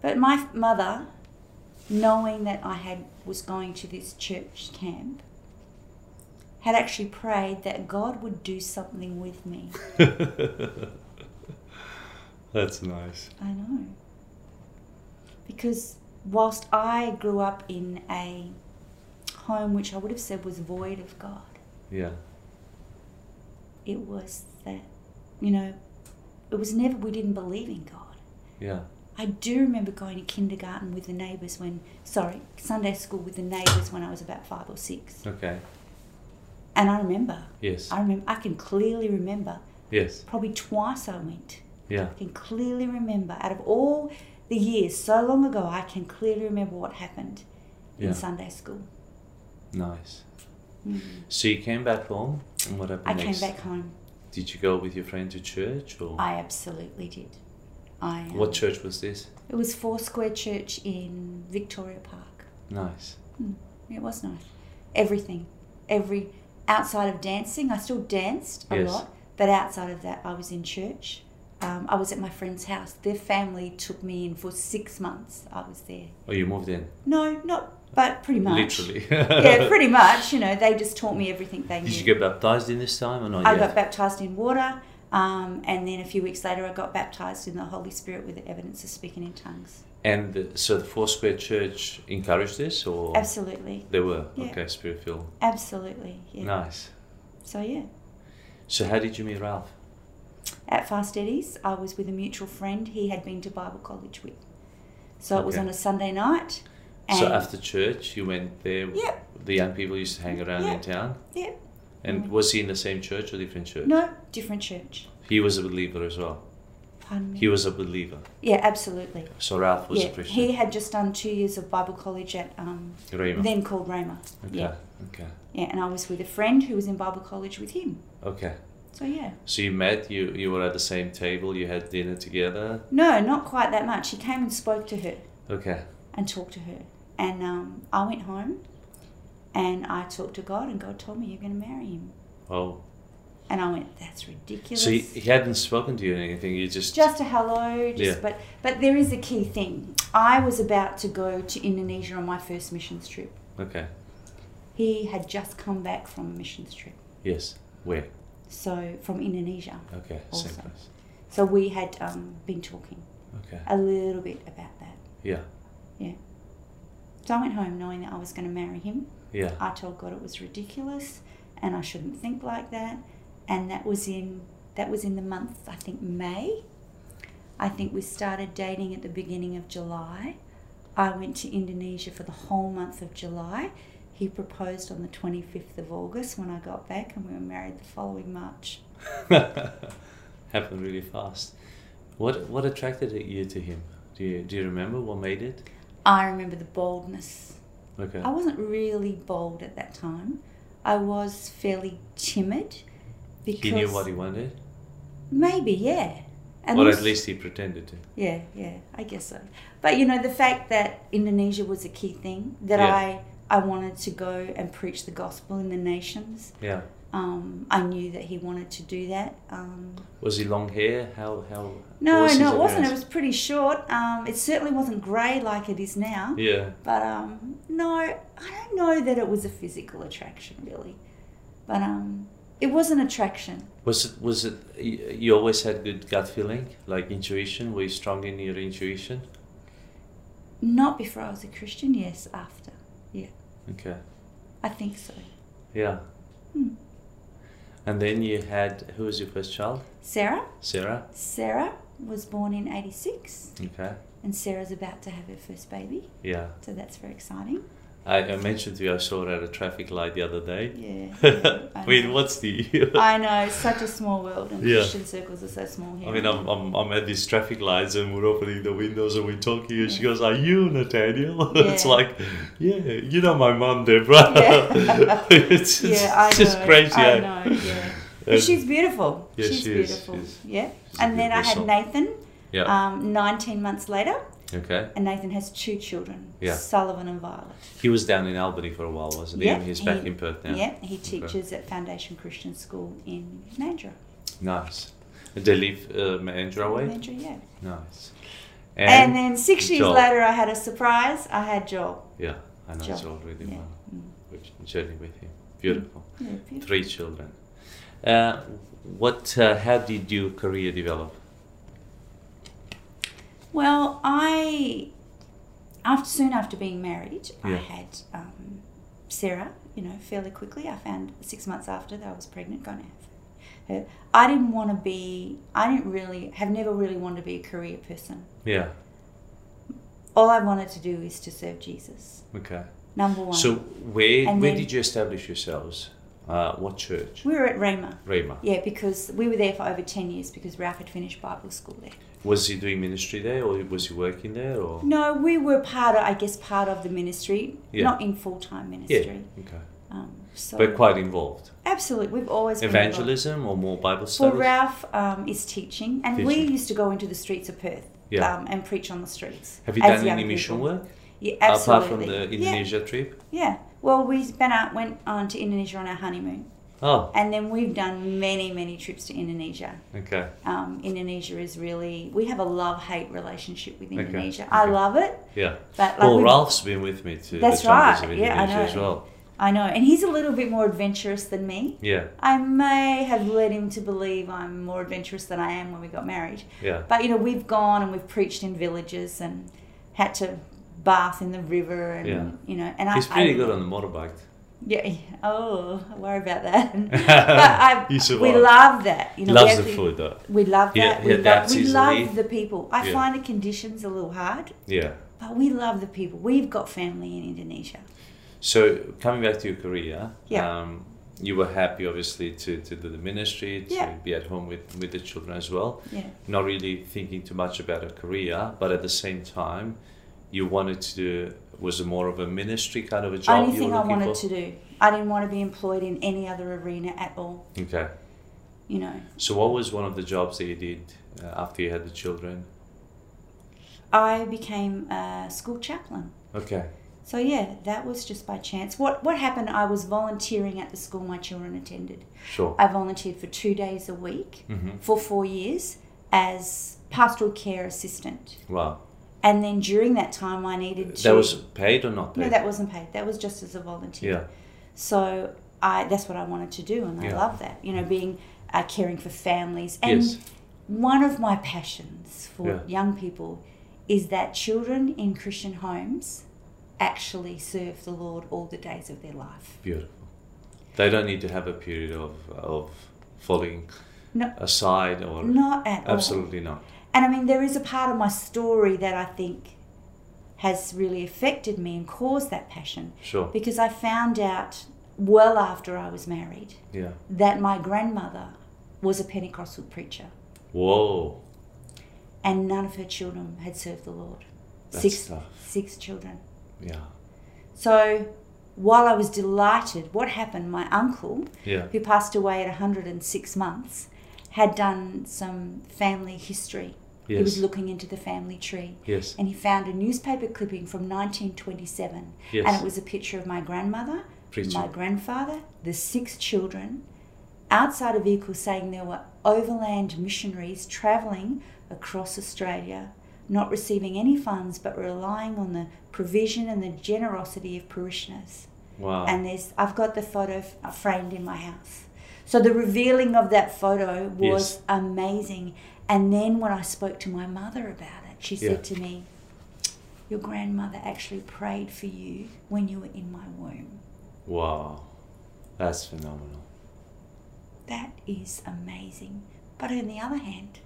Speaker 2: But my f- mother, knowing that I had was going to this church camp, had actually prayed that God would do something with me.
Speaker 1: That's nice.
Speaker 2: I know. Because whilst I grew up in a home which I would have said was void of God,
Speaker 1: Yeah,
Speaker 2: it was that, you know, it was never, we didn't believe in God.
Speaker 1: yeah,
Speaker 2: I do remember going to kindergarten with the neighbours when, sorry, Sunday school with the neighbours when I was about five or six.
Speaker 1: okay,
Speaker 2: And I remember,
Speaker 1: yes,
Speaker 2: I remember, I can clearly remember,
Speaker 1: yes,
Speaker 2: probably twice I went.
Speaker 1: yeah,
Speaker 2: I can clearly remember, out of all the years so long ago, I can clearly remember what happened
Speaker 1: Yeah.
Speaker 2: in Sunday school.
Speaker 1: nice.
Speaker 2: Mm.
Speaker 1: So you came back home, and what
Speaker 2: I
Speaker 1: happened
Speaker 2: came
Speaker 1: next?
Speaker 2: back home.
Speaker 1: Did you go with your friend to church, or
Speaker 2: I absolutely did. I um,
Speaker 1: what church was this?
Speaker 2: It was Foursquare Church in Victoria Park.
Speaker 1: Nice.
Speaker 2: It was nice. Everything, every outside of dancing, I still danced a
Speaker 1: Yes.
Speaker 2: lot, but outside of that, I was in church. Um, I was at my friend's house. Their family took me in for six months. I was there.
Speaker 1: Oh, you moved in,
Speaker 2: No, not, but pretty much.
Speaker 1: literally.
Speaker 2: yeah, pretty much. You know, they just taught me everything they
Speaker 1: Did you
Speaker 2: knew.
Speaker 1: get baptized in this time or not
Speaker 2: I
Speaker 1: yet?
Speaker 2: got baptized in water, um, and then a few weeks later, I got baptized in the Holy Spirit with the evidence of speaking in tongues.
Speaker 1: and the- so the Foursquare Church encouraged this, or
Speaker 2: Absolutely,
Speaker 1: they were
Speaker 2: Yeah.
Speaker 1: okay, spirit filled.
Speaker 2: absolutely. Yeah.
Speaker 1: Nice.
Speaker 2: So yeah,
Speaker 1: So how did you meet Ralph?
Speaker 2: at Fast Eddie's, I was with a mutual friend he had been to Bible college with. So it was
Speaker 1: Okay.
Speaker 2: on a Sunday night. And
Speaker 1: so after church, you went there.
Speaker 2: Yep.
Speaker 1: The young people used to hang around in
Speaker 2: Yep.
Speaker 1: town.
Speaker 2: yeah, Mm-hmm.
Speaker 1: And was he in the same church or different church?
Speaker 2: no, different church.
Speaker 1: He was a believer as well.
Speaker 2: Pardon me.
Speaker 1: He was a believer.
Speaker 2: yeah, absolutely.
Speaker 1: So Ralph was
Speaker 2: yeah,
Speaker 1: a Christian.
Speaker 2: he had just done two years of Bible college at um,
Speaker 1: Rhema.
Speaker 2: then called Rama.
Speaker 1: okay.
Speaker 2: Yeah.
Speaker 1: Okay.
Speaker 2: Yeah, and I was with a friend who was in Bible college with him.
Speaker 1: Okay.
Speaker 2: So yeah.
Speaker 1: So you met. You you were at the same table. You had dinner together.
Speaker 2: No, not quite that much. He came and spoke to her
Speaker 1: Okay.
Speaker 2: and talked to her. And um, I went home and I talked to God and God told me you're going to marry him.
Speaker 1: Oh.
Speaker 2: And I went, that's ridiculous.
Speaker 1: So he, he hadn't spoken to you or anything. You just.
Speaker 2: just a hello, just
Speaker 1: Yeah.
Speaker 2: but but there is a key thing. I was about to go to Indonesia on my first missions trip.
Speaker 1: Okay.
Speaker 2: He had just come back from a missions trip.
Speaker 1: Yes. Where?
Speaker 2: So from Indonesia.
Speaker 1: Okay.
Speaker 2: Also.
Speaker 1: Same place.
Speaker 2: So we had um, been talking
Speaker 1: Okay.
Speaker 2: a little bit about that.
Speaker 1: Yeah.
Speaker 2: So I went home knowing that I was going to marry him.
Speaker 1: Yeah.
Speaker 2: I told God it was ridiculous and I shouldn't think like that. And that was in that was in the month I think May. I think we started dating at the beginning of July. I went to Indonesia for the whole month of July. He proposed on the 25th of August when I got back and we were married the following March.
Speaker 1: Happened really fast. What what attracted you to him? Do you do you remember what made it?
Speaker 2: I remember the boldness.
Speaker 1: Okay.
Speaker 2: I wasn't really bold at that time. I was fairly timid because
Speaker 1: He knew what he wanted,
Speaker 2: Maybe, yeah. And
Speaker 1: or at
Speaker 2: also-
Speaker 1: least he pretended to.
Speaker 2: Yeah, yeah, I guess so. But you know, the fact that Indonesia was a key thing that
Speaker 1: Yeah.
Speaker 2: I I wanted to go and preach the gospel in the nations.
Speaker 1: Yeah.
Speaker 2: Um, I knew that he wanted to do that. Um,
Speaker 1: Was he long hair? How how? what
Speaker 2: no,
Speaker 1: was his
Speaker 2: no, it wasn't.
Speaker 1: appearance?
Speaker 2: It was pretty short. Um, it certainly wasn't grey like it is now.
Speaker 1: Yeah.
Speaker 2: But um, no, I don't know that it was a physical attraction really. But um, it was an attraction.
Speaker 1: Was it was it? y- You always had good gut feeling, like intuition. Were you strong in your intuition?
Speaker 2: Not before I was a Christian. Yes, after. Yeah,
Speaker 1: Okay.
Speaker 2: I think so.
Speaker 1: Yeah.
Speaker 2: Hmm.
Speaker 1: And then you had who was your first child?
Speaker 2: Sarah.
Speaker 1: Sarah.
Speaker 2: Sarah was born in 86,
Speaker 1: Okay.
Speaker 2: and Sarah's about to have her first baby,
Speaker 1: Yeah.
Speaker 2: so that's very exciting.
Speaker 1: I, I mentioned to you I saw her at a traffic light the other day.
Speaker 2: Yeah. I
Speaker 1: Wait,
Speaker 2: know.
Speaker 1: what's the?
Speaker 2: I know, such a small world, and
Speaker 1: Yeah.
Speaker 2: Christian circles are so small
Speaker 1: I
Speaker 2: here.
Speaker 1: mean, I'm, I'm, I'm at these traffic lights and we're opening the windows and we're talking, and she goes, Are you Nathaniel? it's
Speaker 2: Yeah.
Speaker 1: like, Yeah, you know my mum, Deborah.
Speaker 2: Yeah.
Speaker 1: it's
Speaker 2: yeah,
Speaker 1: it's
Speaker 2: I know.
Speaker 1: just crazy. eh?
Speaker 2: I know, yeah. But
Speaker 1: And-
Speaker 2: she's beautiful.
Speaker 1: Yeah,
Speaker 2: she's
Speaker 1: she is,
Speaker 2: beautiful.
Speaker 1: she is.
Speaker 2: Yeah.
Speaker 1: She's a
Speaker 2: And then I had
Speaker 1: beautiful
Speaker 2: Nathan
Speaker 1: Yeah.
Speaker 2: um, 19 months later,
Speaker 1: okay.
Speaker 2: and Nathan has two children
Speaker 1: Yeah.
Speaker 2: Sullivan and Violet.
Speaker 1: He was down in Albany for a while, wasn't he?
Speaker 2: Yeah,
Speaker 1: He's back
Speaker 2: he-
Speaker 1: in Perth now.
Speaker 2: Yeah, he teaches at Foundation Christian School in Mandurah.
Speaker 1: nice. They live uh, Mahendra way.
Speaker 2: Elementary, yeah.
Speaker 1: Nice.
Speaker 2: And, then six years
Speaker 1: Joel.
Speaker 2: later, I had a surprise. I had Joel.
Speaker 1: Yeah, I know it's
Speaker 2: Joel,
Speaker 1: all really
Speaker 2: yeah.
Speaker 1: well.
Speaker 2: Mm.
Speaker 1: Which journey with him. Beautiful.
Speaker 2: Yeah, beautiful.
Speaker 1: Three children. Uh, what? Uh, how did your career develop?
Speaker 2: Well, I after soon after being married, I
Speaker 1: Yeah.
Speaker 2: had um, Sarah. You know, fairly quickly. I found six months after that I was pregnant, going to have her. I didn't want to be. I didn't really have never really wanted to be a career person.
Speaker 1: Yeah.
Speaker 2: All I wanted to do is to serve Jesus.
Speaker 1: Okay.
Speaker 2: Number one.
Speaker 1: So where
Speaker 2: And
Speaker 1: where
Speaker 2: then-
Speaker 1: did you establish yourselves? Uh, what church?
Speaker 2: we were at Rhema.
Speaker 1: Rhema.
Speaker 2: Yeah, because we were there for over ten years because Ralph had finished Bible school there.
Speaker 1: Was he doing ministry there, or was he working there, or?
Speaker 2: No, we were part of, I guess, part of the ministry,
Speaker 1: Yeah.
Speaker 2: not in full time
Speaker 1: Yeah.
Speaker 2: ministry.
Speaker 1: Okay.
Speaker 2: Um, so
Speaker 1: But quite involved.
Speaker 2: absolutely, we've always been involved.
Speaker 1: Evangelism or more Bible
Speaker 2: Well,
Speaker 1: studies.
Speaker 2: Ralph um, is teaching, and we
Speaker 1: Teaching.
Speaker 2: used to go into the streets of Perth
Speaker 1: Yeah.
Speaker 2: um, and preach on the streets.
Speaker 1: Have you
Speaker 2: as
Speaker 1: done
Speaker 2: young
Speaker 1: any mission
Speaker 2: people.
Speaker 1: work
Speaker 2: Yeah,
Speaker 1: apart
Speaker 2: absolutely.
Speaker 1: from the Indonesia trip?
Speaker 2: Yeah, yeah. Well, we been out, went on to Indonesia on our honeymoon,
Speaker 1: Oh,
Speaker 2: and then we've done many, many trips to Indonesia.
Speaker 1: okay.
Speaker 2: Um, Indonesia is really we have a love hate relationship with
Speaker 1: Okay,
Speaker 2: Indonesia. I
Speaker 1: okay.
Speaker 2: love it.
Speaker 1: Yeah.
Speaker 2: But, like,
Speaker 1: well,
Speaker 2: we-
Speaker 1: Ralph's been with me to
Speaker 2: That's
Speaker 1: the jungles
Speaker 2: right.
Speaker 1: of
Speaker 2: Yeah, I
Speaker 1: Indonesia as
Speaker 2: know.
Speaker 1: well.
Speaker 2: I know, and he's a little bit more adventurous than me.
Speaker 1: Yeah,
Speaker 2: I may have led him to believe I'm more adventurous than I am when we got married.
Speaker 1: yeah.
Speaker 2: But you know, we've gone and we've preached in villages and had to bath in the river and
Speaker 1: Yeah.
Speaker 2: you know, and
Speaker 1: He's
Speaker 2: I
Speaker 1: pretty
Speaker 2: I,
Speaker 1: good on the motorbike.
Speaker 2: Yeah, yeah. oh, I worry about that. but I,
Speaker 1: You
Speaker 2: we
Speaker 1: survived.
Speaker 2: love that. You know, we
Speaker 1: Loves the
Speaker 2: actually-
Speaker 1: food though.
Speaker 2: We love
Speaker 1: He-
Speaker 2: that.
Speaker 1: he
Speaker 2: we love,
Speaker 1: adapts
Speaker 2: we
Speaker 1: easily.
Speaker 2: love the people. I
Speaker 1: Yeah.
Speaker 2: find the conditions a little hard,
Speaker 1: Yeah.
Speaker 2: but we love the people. We've got family in Indonesia.
Speaker 1: So coming back to your career,
Speaker 2: Yeah.
Speaker 1: um, you were happy obviously to, to do the ministry, to
Speaker 2: Yeah.
Speaker 1: be at home with, with the children as well.
Speaker 2: Yeah.
Speaker 1: Not really thinking too much about a career, but at the same time, you wanted to do was it more of a ministry kind of a job
Speaker 2: Only
Speaker 1: you
Speaker 2: thing
Speaker 1: were
Speaker 2: I
Speaker 1: looking
Speaker 2: wanted
Speaker 1: for?
Speaker 2: to do. I didn't want to be employed in any other arena at all.
Speaker 1: Okay.
Speaker 2: You know,
Speaker 1: So what was one of the jobs that you did uh, after you had the children?
Speaker 2: I became a school chaplain.
Speaker 1: Okay.
Speaker 2: So yeah, that was just by chance. What what happened? I was volunteering at the school my children attended.
Speaker 1: Sure.
Speaker 2: I volunteered for two days a week
Speaker 1: Mhm.
Speaker 2: for four years as pastoral care assistant,
Speaker 1: Wow.
Speaker 2: and then during that time I needed to.
Speaker 1: That was paid or not paid?
Speaker 2: no, that wasn't paid. That was just as a volunteer.
Speaker 1: yeah.
Speaker 2: So I that's what I wanted to do, and I
Speaker 1: Yeah.
Speaker 2: love that. You know, being uh, caring for families, and
Speaker 1: Yes.
Speaker 2: one of my passions for
Speaker 1: Yeah.
Speaker 2: young people is that children in Christian homes actually serve the Lord all the days of their life.
Speaker 1: Beautiful. They don't need to have a period of of falling
Speaker 2: No.
Speaker 1: aside or
Speaker 2: Not at all.
Speaker 1: absolutely not.
Speaker 2: And I mean, there is a part of my story that I think has really affected me and caused that passion
Speaker 1: Sure.
Speaker 2: because I found out well after I was married
Speaker 1: Yeah.
Speaker 2: that my grandmother was a Pentecostal preacher.
Speaker 1: Whoa.
Speaker 2: and none of her children had served the Lord.
Speaker 1: That's
Speaker 2: six,
Speaker 1: tough.
Speaker 2: six children.
Speaker 1: Yeah.
Speaker 2: So while I was delighted, what happened? My uncle,
Speaker 1: Yeah.
Speaker 2: who passed away at 106 months, had done some family history. He was
Speaker 1: Yes.
Speaker 2: looking into the family tree.
Speaker 1: Yes.
Speaker 2: And he found a newspaper clipping from 1927.
Speaker 1: Yes.
Speaker 2: And it was a picture of my grandmother,
Speaker 1: Preacher.
Speaker 2: my grandfather, the six children outside of Equal saying there were overland missionaries travelling across Australia, not receiving any funds but relying on the provision and the generosity of parishioners.
Speaker 1: Wow.
Speaker 2: And there's, I've got the photo f- uh, framed in my house. So the revealing of that photo was
Speaker 1: Yes.
Speaker 2: amazing. And then when I spoke to my mother about it, she said
Speaker 1: Yeah.
Speaker 2: to me, Your grandmother actually prayed for you when you were in my womb.
Speaker 1: wow. That's phenomenal.
Speaker 2: That is amazing. But on the other hand,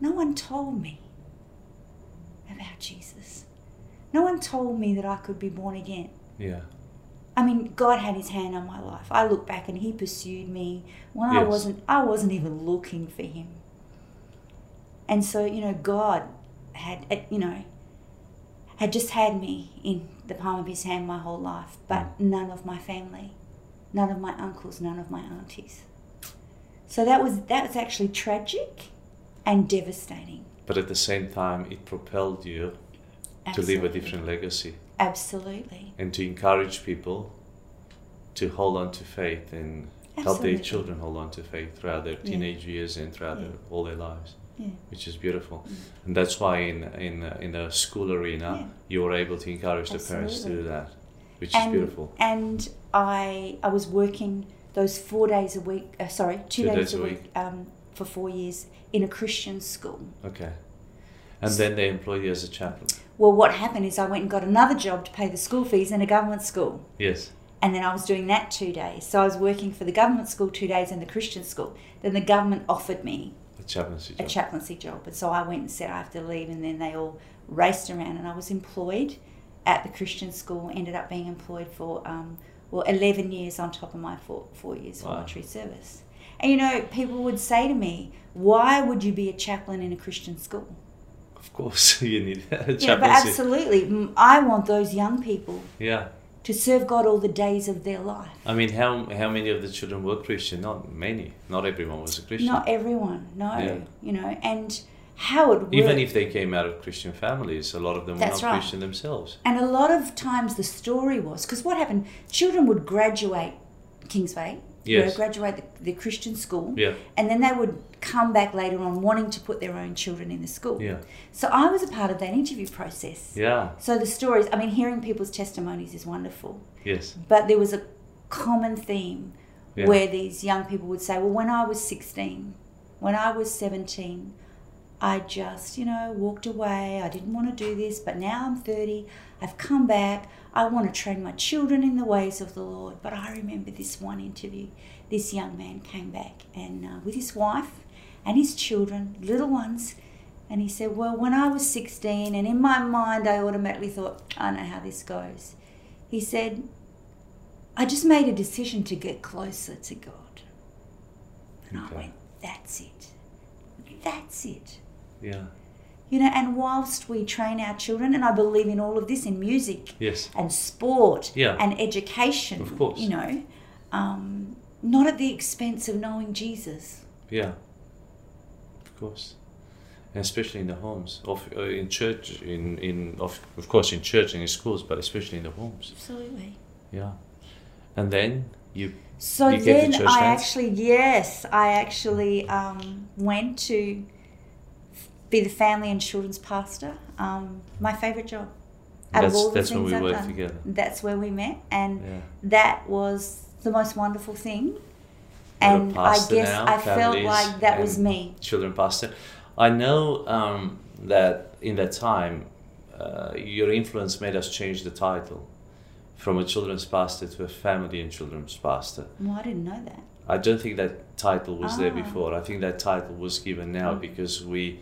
Speaker 2: no one told me about Jesus. No one told me that I could be born again.
Speaker 1: Yeah.
Speaker 2: I mean, God had his hand on my life. I look back and he pursued me when I
Speaker 1: Yes.
Speaker 2: wasn't I wasn't even looking for him. And so, you know, God had eh, you know had just had me in the palm of his hand my whole life,
Speaker 1: Mm.
Speaker 2: but none of my family, none of my uncles, none of my aunties. So that was that was actually tragic and devastating.
Speaker 1: But at the same time, it propelled you to leave a
Speaker 2: Absolutely.
Speaker 1: different legacy
Speaker 2: Absolutely.
Speaker 1: and to encourage people to hold on to faith and help
Speaker 2: Absolutely.
Speaker 1: their children hold on to faith throughout their
Speaker 2: Yeah.
Speaker 1: teenage years and throughout
Speaker 2: Yeah.
Speaker 1: their, all their lives,
Speaker 2: Yeah.
Speaker 1: which is beautiful. And that's why in in uh, in the school arena,
Speaker 2: Mm. Yeah.
Speaker 1: you were able to encourage the parents to do
Speaker 2: Absolutely.
Speaker 1: that, which
Speaker 2: and,
Speaker 1: is beautiful.
Speaker 2: And I I was working those four days a week. Uh, sorry, two, days, a week, um, for four years in a Christian school.
Speaker 1: Okay. And then they employ you as a chaplain.
Speaker 2: Well, what happened is I went and got another job to pay the school fees in a government school,
Speaker 1: Yes.
Speaker 2: and then I was doing that two days. So I was working for the government school two days and the Christian school. Then the government offered me
Speaker 1: A chaplaincy
Speaker 2: a
Speaker 1: job.
Speaker 2: chaplaincy job, and so I went and said I have to leave, and then they all raced around, and I was employed at the Christian school. Ended up being employed for um, well eleven years on top of my four four years for
Speaker 1: Wow.
Speaker 2: military service. And you know, people would say to me, "Why would you be a chaplain in a Christian school?"
Speaker 1: of course, you need a chaplaincy.
Speaker 2: Yeah, but absolutely, Mm, I want those young people
Speaker 1: Yeah.
Speaker 2: to serve God all the days of their life.
Speaker 1: I mean, how how many of the children were Christian? Not many. Not everyone was a Christian.
Speaker 2: Not everyone, no,
Speaker 1: Yeah.
Speaker 2: you know, and how it works.
Speaker 1: Even if they came out of Christian families, a lot of them were
Speaker 2: That's
Speaker 1: not
Speaker 2: right.
Speaker 1: Christian themselves.
Speaker 2: And a lot of times the story was because what happened, children would graduate Kingsway, you know,
Speaker 1: Yes.
Speaker 2: graduate the, the Christian school,
Speaker 1: Yeah.
Speaker 2: and then they would come back later on wanting to put their own children in the school.
Speaker 1: Yeah.
Speaker 2: So I was a part of that interview process.
Speaker 1: Yeah.
Speaker 2: So the stories, I mean, hearing people's testimonies is wonderful,
Speaker 1: Yes.
Speaker 2: but there was a common theme
Speaker 1: Yeah.
Speaker 2: where these young people would say, Well, when I was 16, when I was 17, I just, you know, walked away. I didn't want to do this, but now I'm 30. I've come back. I want to train my children in the ways of the Lord. But I remember this one interview. This young man came back and uh, with his wife and his children, little ones, and he said, Well, when I was 16, and in my mind, I automatically thought, I know how this goes. He said, I just made a decision to get closer to God. And
Speaker 1: Okay.
Speaker 2: I went, That's it. That's it.
Speaker 1: Yeah.
Speaker 2: You know, and whilst we train our children, and I believe in all of this in music
Speaker 1: Yes.
Speaker 2: and sport
Speaker 1: Yeah.
Speaker 2: and education,
Speaker 1: Of course.
Speaker 2: you know, um, not at the expense of knowing Jesus.
Speaker 1: Yeah. Of course. And especially in the homes, of uh, in church, in in of of course in church and in schools, but especially in the homes.
Speaker 2: Absolutely.
Speaker 1: Yeah. And then you.
Speaker 2: So
Speaker 1: You gave the
Speaker 2: then
Speaker 1: church
Speaker 2: I
Speaker 1: dance?
Speaker 2: actually, yes, I actually um, went to f- be the family and children's pastor. Um, my favourite job. Out
Speaker 1: That's-
Speaker 2: of all the
Speaker 1: that's when
Speaker 2: things
Speaker 1: we
Speaker 2: I've
Speaker 1: worked
Speaker 2: done.
Speaker 1: together.
Speaker 2: That's where we met, and
Speaker 1: Yeah.
Speaker 2: that was the most wonderful thing.
Speaker 1: You're a
Speaker 2: And I
Speaker 1: pastor
Speaker 2: guess
Speaker 1: now,
Speaker 2: I felt
Speaker 1: families
Speaker 2: like that was
Speaker 1: and
Speaker 2: me.
Speaker 1: Children pastor. I know um, that in that time, uh, your influence made us change the title from a children's pastor to a family and children's pastor.
Speaker 2: Well, I didn't know that.
Speaker 1: I don't think that title was there
Speaker 2: Ah. Mm.
Speaker 1: before. I think that title was given now because we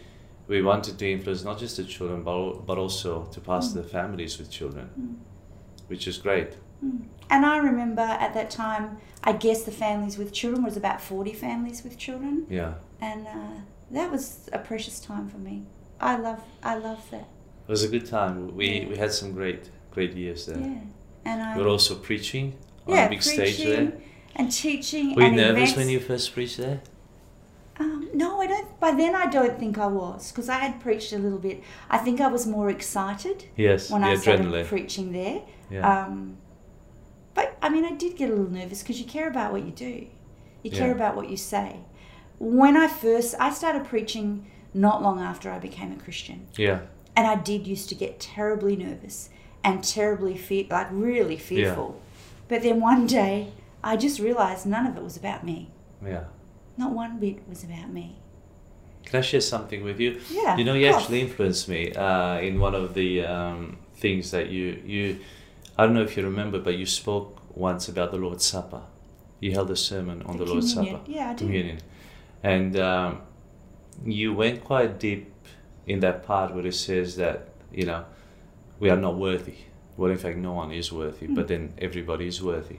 Speaker 1: we wanted to influence not just the children but, al- but also to
Speaker 2: Mm.
Speaker 1: pastor the families with children, which is great.
Speaker 2: And I remember at that time, I guess the families with children was about 40 families with children.
Speaker 1: Yeah.
Speaker 2: And uh, that was a precious time for me. I love, I love that.
Speaker 1: It was a good time. We, we had some great, great years there.
Speaker 2: Yeah. And I,
Speaker 1: You were also preaching on
Speaker 2: yeah,
Speaker 1: a big stage there.
Speaker 2: preaching and teaching
Speaker 1: Were you
Speaker 2: and
Speaker 1: nervous
Speaker 2: events.
Speaker 1: when you first preached there?
Speaker 2: Um, no, I don't. By then, I don't think I was because I had preached a little bit. I think I was more excited
Speaker 1: Yes,
Speaker 2: when
Speaker 1: the
Speaker 2: I started
Speaker 1: adrenaline.
Speaker 2: preaching there.
Speaker 1: yeah.
Speaker 2: Um, but I mean, I did get a little nervous because you care about what you do, you care
Speaker 1: Yeah.
Speaker 2: about what you say. When I first, I started preaching not long after I became a Christian,
Speaker 1: yeah.
Speaker 2: and I did used to get terribly nervous and terribly fear, like really fearful. But then one day, I just realized none of it was about me.
Speaker 1: Yeah.
Speaker 2: Not one bit was about me.
Speaker 1: Can I share something with you?
Speaker 2: Yeah,
Speaker 1: You know, you
Speaker 2: of course.
Speaker 1: actually influenced me uh, in one of the um, things that you you. I don't know if you remember, but you spoke once about the Lord's Supper. You held a sermon on the,
Speaker 2: The
Speaker 1: Lord's
Speaker 2: communion.
Speaker 1: Supper.
Speaker 2: Yeah, I did.
Speaker 1: Communion, and um, you went quite deep in that part where it says that you know we are not worthy. Well, in fact, no one is worthy,
Speaker 2: Hmm.
Speaker 1: but then everybody is worthy.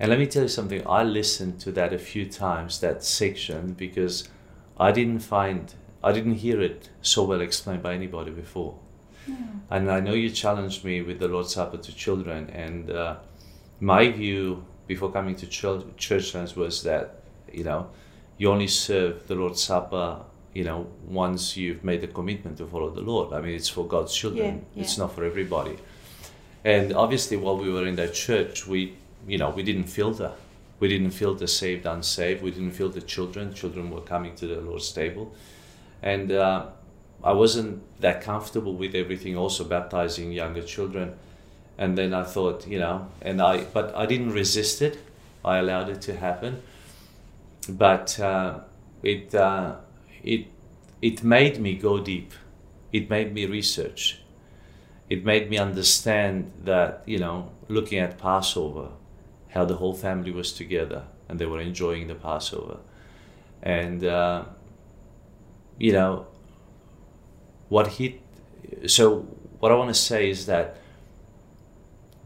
Speaker 1: And let me tell you something. I listened to that a few times, that section, because I didn't find, I didn't hear it so well explained by anybody before.
Speaker 2: Hmm.
Speaker 1: And I know you challenged me with the Lord's Supper to children, and uh, my view before coming to chil- church times was that, you know, you only serve the Lord's Supper, you know, once you've made the commitment to follow the Lord. I mean, it's for God's children.
Speaker 2: Yeah,
Speaker 1: It's
Speaker 2: yeah.
Speaker 1: not for everybody. And obviously, while we were in that church, we, you know, we didn't filter. We didn't feel the saved, unsaved. We didn't feel the children. Children were coming to the Lord's table. And uh, I wasn't that comfortable with everything, also baptizing younger children. And then I thought, you know, and I, but I didn't resist it. I allowed it to happen. But uh, it, uh, it, it made me go deep. It made me research. It made me understand that, you know, looking at Passover, how the whole family was together and they were enjoying the Passover. And, uh, you know, what he, so what I want to say is that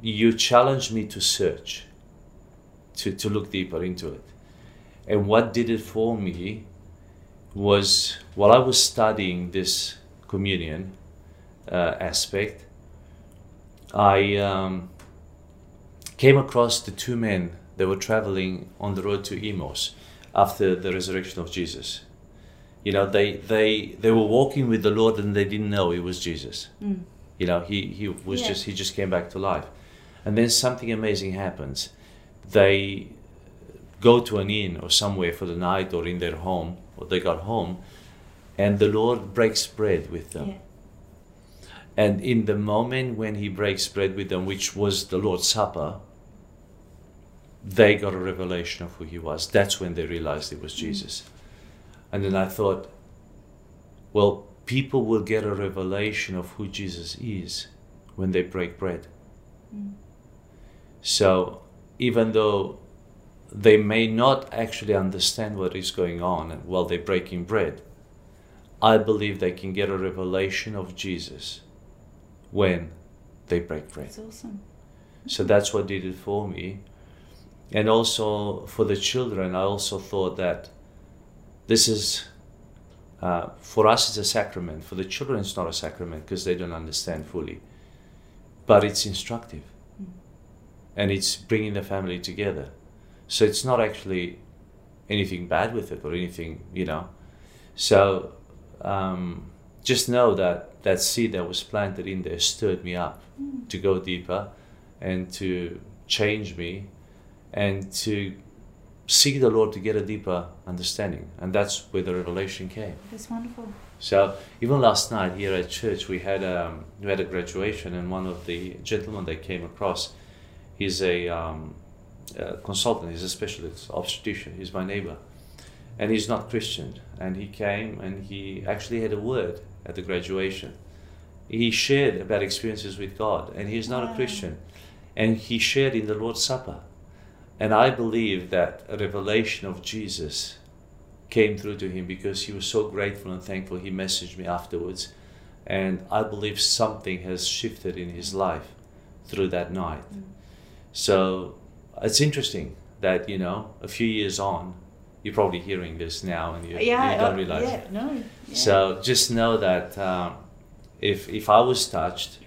Speaker 1: you challenged me to search, to, to look deeper into it. And what did it for me was while I was studying this communion uh, aspect, I um, came across the two men that were traveling on the road to Emos after the resurrection of Jesus. You know, they, they, they were walking with the Lord and they didn't know it was Jesus.
Speaker 2: Mm.
Speaker 1: You know, he, he was
Speaker 2: Yeah.
Speaker 1: just he just came back to life. And then something amazing happens. They go to an inn or somewhere for the night or in their home or they got home and the Lord breaks bread with them.
Speaker 2: Yeah.
Speaker 1: And in the moment when he breaks bread with them, which was the Lord's Supper, they got a revelation of who he was. That's when they realized it was Jesus. And then I thought, well, people will get a revelation of who Jesus is when they break bread. So even though they may not actually understand what is going on while they're breaking bread, I believe they can get a revelation of Jesus when they break bread.
Speaker 2: That's awesome.
Speaker 1: So that's what did it for me. And also for the children, I also thought that this is, uh, for us, it's a sacrament. For the children, it's not a sacrament because they don't understand fully. But it's instructive and it's bringing the family together. So it's not actually anything bad with it or anything, you know. So um, just know that that seed that was planted in there stirred me up to go deeper and to change me and to seek the Lord to get a deeper understanding. And that's where the revelation came.
Speaker 2: That's wonderful.
Speaker 1: So even last night here at church, we had um, we had a graduation, and one of the gentlemen that came across, he's a um, uh, consultant, he's a specialist obstetrician. He's my neighbor, and he's not Christian. And he came, and he actually had a word at the graduation. He shared about experiences with God, and he's not a
Speaker 2: Wow.
Speaker 1: Christian, and he shared in the Lord's Supper. And I believe that a revelation of Jesus came through to him because he was so grateful and thankful. He messaged me afterwards, and I believe something has shifted in his life through that night.
Speaker 2: Mm.
Speaker 1: So it's interesting that you know a few years on, you're probably hearing this now and you,
Speaker 2: yeah.
Speaker 1: you don't
Speaker 2: uh,
Speaker 1: realize.
Speaker 2: Yeah. No. yeah.
Speaker 1: So just know that um, if if I was touched,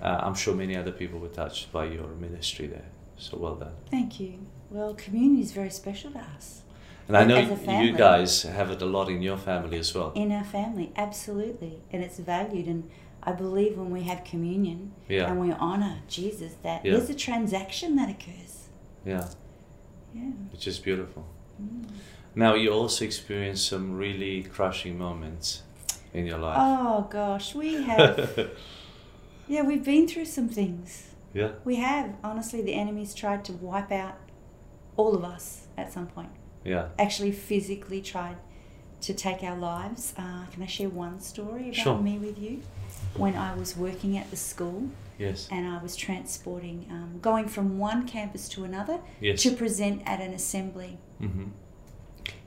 Speaker 1: uh, I'm sure many other people were touched by your ministry there. So well done.
Speaker 2: Thank you. Well, community is very special to us.
Speaker 1: And I know
Speaker 2: As a
Speaker 1: you
Speaker 2: family.
Speaker 1: guys have it a lot in your family as well.
Speaker 2: In our family, absolutely. And it's valued. And I believe when we have communion
Speaker 1: Yeah.
Speaker 2: and we honor Jesus, that
Speaker 1: Yeah.
Speaker 2: there's a transaction that occurs.
Speaker 1: Yeah.
Speaker 2: Yeah. Mm.
Speaker 1: which is beautiful. Now you also experience some really crushing moments in your life.
Speaker 2: Oh, gosh. We have, yeah, we've been through some things.
Speaker 1: yeah,
Speaker 2: We have. Honestly, the enemy's tried to wipe out all of us at some point.
Speaker 1: yeah,
Speaker 2: Actually, physically tried to take our lives. Uh, can I share one story about
Speaker 1: Sure.
Speaker 2: me with you? When I was working at the school,
Speaker 1: yes,
Speaker 2: and I was transporting, um, going from one campus to another
Speaker 1: yes.
Speaker 2: to present at an assembly.
Speaker 1: Mm-hmm.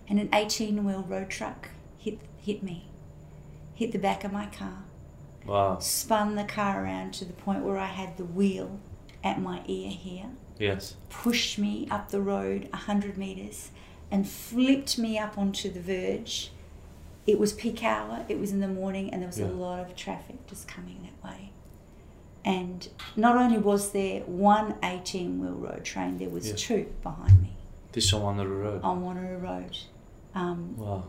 Speaker 2: And an 18 wheel road truck hit, hit me, hit the back of my car,
Speaker 1: Wow.
Speaker 2: spun the car around to the point where I had the wheel at my ear here,
Speaker 1: Yes.
Speaker 2: pushed me up the road 100 meters, and flipped me up onto the verge. It was peak hour, it was in the morning, and there was
Speaker 1: Yeah.
Speaker 2: a lot of traffic just coming that way. And not only was there one 18 wheel road train, there was
Speaker 1: Yeah.
Speaker 2: two behind me
Speaker 1: This one on the road.
Speaker 2: on Wanneroo Road, um,
Speaker 1: Wow.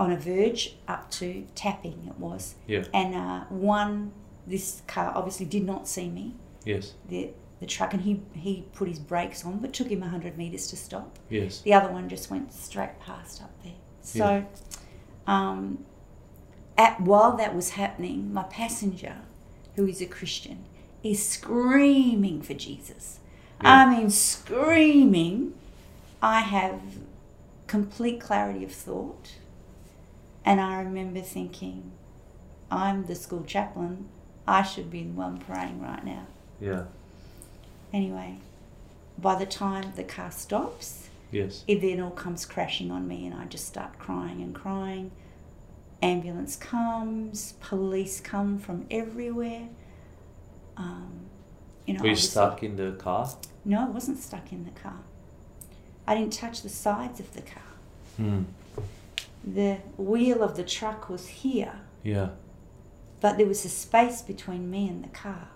Speaker 2: on a verge up to tapping it was.
Speaker 1: Yeah.
Speaker 2: And uh, one, this car obviously did not see me.
Speaker 1: Yes.
Speaker 2: The the truck and he, he put his brakes on, but took him 100 metres to stop.
Speaker 1: Yes.
Speaker 2: The other one just went straight past up there. So,
Speaker 1: Yeah.
Speaker 2: um, at, while that was happening, my passenger, who is a Christian, is screaming for Jesus.
Speaker 1: Yeah.
Speaker 2: I mean, screaming. I have complete clarity of thought. And I remember thinking, I'm the school chaplain. I should be the one praying right now.
Speaker 1: Yeah.
Speaker 2: Anyway, by the time the car stops,
Speaker 1: Yes.
Speaker 2: it then all comes crashing on me, and I just start crying and crying. Ambulance comes, police come from everywhere. Um, you know,
Speaker 1: Were
Speaker 2: I
Speaker 1: you
Speaker 2: was-
Speaker 1: stuck in the car?
Speaker 2: No, I wasn't stuck in the car. I didn't touch the sides of the car.
Speaker 1: Hmm.
Speaker 2: The wheel of the truck was here,
Speaker 1: Yeah.
Speaker 2: but there was a space between me and the car.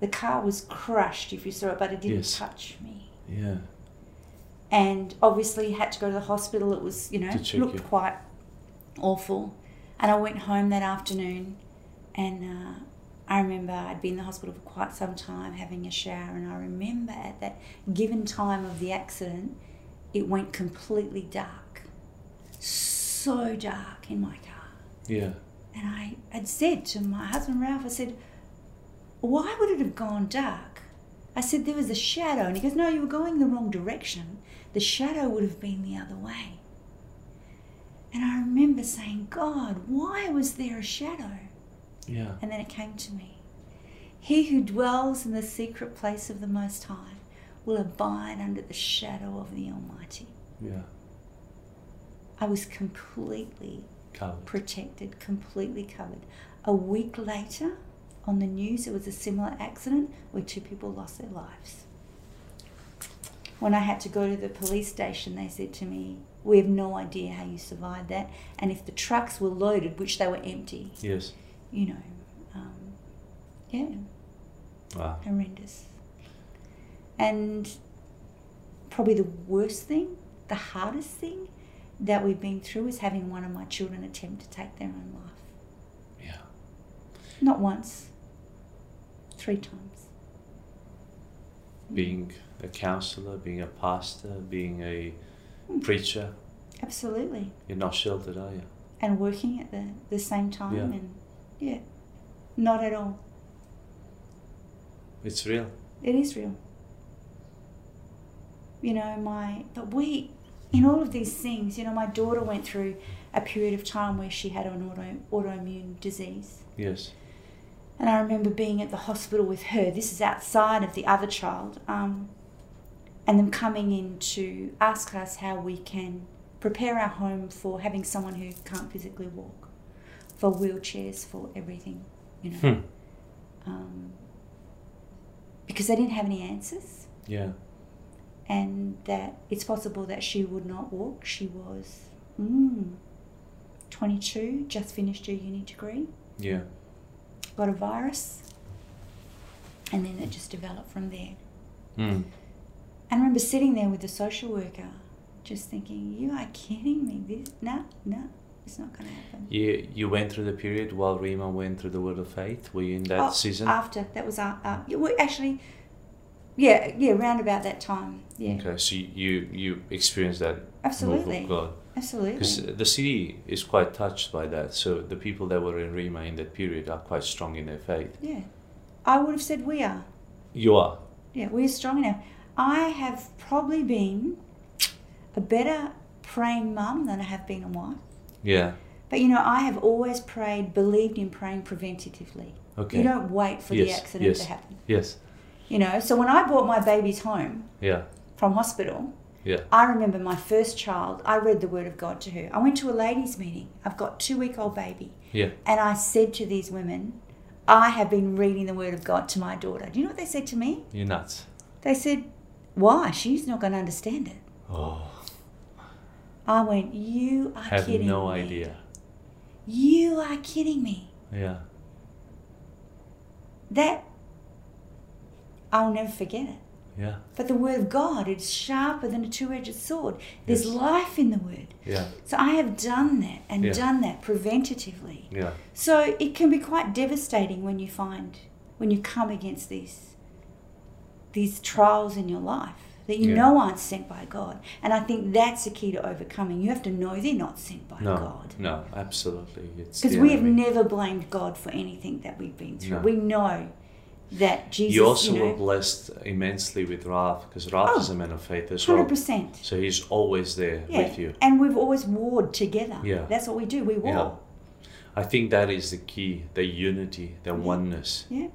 Speaker 2: The car was crushed, if you saw it, but it didn't
Speaker 1: Yes.
Speaker 2: touch me.
Speaker 1: Yeah.
Speaker 2: and obviously had to go to the hospital. It was, you know,
Speaker 1: To check
Speaker 2: looked
Speaker 1: you.
Speaker 2: quite awful. And I went home that afternoon, and uh, I remember I'd been in the hospital for quite some time having a shower. And I remember at that given time of the accident, it went completely dark. So dark in my car.
Speaker 1: Yeah.
Speaker 2: And I had said to my husband Ralph, I said, why would it have gone dark? I said, there was a shadow. And he goes, no, you were going the wrong direction. The shadow would have been the other way. And I remember saying, God, why was there a shadow?
Speaker 1: Yeah.
Speaker 2: And then it came to me. He who dwells in the secret place of the Most High will abide under the shadow of the Almighty.
Speaker 1: Yeah.
Speaker 2: I was completely
Speaker 1: Covered.
Speaker 2: protected, completely covered. A week later, on the news, it was a similar accident where two people lost their lives. When I had to go to the police station, they said to me, We have no idea how you survived that. And if the trucks were loaded, which they were empty,
Speaker 1: Yes.
Speaker 2: you know, um, yeah,
Speaker 1: Wow.
Speaker 2: horrendous. And probably the worst thing, the hardest thing that we've been through is having one of my children attempt to take their own life.
Speaker 1: Yeah.
Speaker 2: Not once, three times.
Speaker 1: Being a counselor, being a pastor, being a
Speaker 2: Hmm.
Speaker 1: preacher,
Speaker 2: Absolutely.
Speaker 1: you're not sheltered, are you?
Speaker 2: And working at the, the same time
Speaker 1: Yeah.
Speaker 2: and yeah, not at all.
Speaker 1: It's real.
Speaker 2: It is real. You know, my, but we, in all of these things, you know, my daughter went through a period of time where she had an auto, autoimmune disease.
Speaker 1: Yes.
Speaker 2: And I remember being at the hospital with her. This is outside of the other child. Um, and them coming in to ask us how we can prepare our home for having someone who can't physically walk, for wheelchairs, for everything, you know.
Speaker 1: Hmm.
Speaker 2: Um, because they didn't have any answers,
Speaker 1: Yeah.
Speaker 2: and that it's possible that she would not walk. She was mm, 22, just finished her uni degree
Speaker 1: Yeah.
Speaker 2: got a virus, and then it just developed from there.
Speaker 1: Hmm.
Speaker 2: I remember sitting there with the social worker, just thinking, "You are kidding me! This no, no, it's not going to happen."
Speaker 1: You you went through the period while Rima went through the Word of Faith. Were you in that
Speaker 2: Oh,
Speaker 1: season?
Speaker 2: After that was our, our yeah, well, actually, yeah, yeah, round about that time. Yeah,
Speaker 1: Okay, so you you experienced that
Speaker 2: Absolutely.
Speaker 1: move of God because uh,
Speaker 2: absolutely.
Speaker 1: the city is quite touched by that. So the people that were in Rima in that period are quite strong in their faith.
Speaker 2: Yeah, I would have said we are.
Speaker 1: You are.
Speaker 2: Yeah, we're strong enough. I have probably been a better praying mum than I have been a wife.
Speaker 1: Yeah.
Speaker 2: But you know, I have always prayed, believed in praying preventatively.
Speaker 1: Okay.
Speaker 2: You don't wait for the
Speaker 1: Yes,
Speaker 2: accident
Speaker 1: yes.
Speaker 2: to happen.
Speaker 1: Yes.
Speaker 2: You know, so when I brought my babies home
Speaker 1: Yeah.
Speaker 2: from hospital,
Speaker 1: Yeah.
Speaker 2: I remember my first child, I read the word of God to her. I went to a ladies' meeting. I've got two week old baby.
Speaker 1: Yeah.
Speaker 2: And I said to these women, I have been reading the word of God to my daughter. Do you know what they said to me?
Speaker 1: You're nuts.
Speaker 2: They said, Why? She's not going to understand it.
Speaker 1: Oh,
Speaker 2: I went, You are
Speaker 1: I have
Speaker 2: kidding
Speaker 1: no
Speaker 2: me.
Speaker 1: idea.
Speaker 2: You are kidding me.
Speaker 1: Yeah.
Speaker 2: That I'll never forget it.
Speaker 1: Yeah.
Speaker 2: But the word of God is sharper than a two edged sword. There's
Speaker 1: Yes.
Speaker 2: life in the word.
Speaker 1: Yeah.
Speaker 2: So I have done that and
Speaker 1: Yeah.
Speaker 2: done that preventatively.
Speaker 1: Yeah.
Speaker 2: So it can be quite devastating when you find, when you come against these these trials in your life that you
Speaker 1: Yeah.
Speaker 2: know aren't sent by God. And I think that's the key to overcoming. You have to know they're not sent by
Speaker 1: No,
Speaker 2: God.
Speaker 1: no, absolutely. It's
Speaker 2: Because
Speaker 1: the
Speaker 2: we have
Speaker 1: enemy.
Speaker 2: never blamed God for anything that we've been through.
Speaker 1: No.
Speaker 2: We know that Jesus,
Speaker 1: You also
Speaker 2: know,
Speaker 1: were blessed immensely with Ralph because Ralph
Speaker 2: Oh,
Speaker 1: is a man of faith as well.
Speaker 2: 100%.
Speaker 1: So he's always there
Speaker 2: Yeah.
Speaker 1: with you.
Speaker 2: And we've always warred together.
Speaker 1: Yeah.
Speaker 2: That's what we do. We war.
Speaker 1: I think that is the key, the unity, the oneness
Speaker 2: Yeah.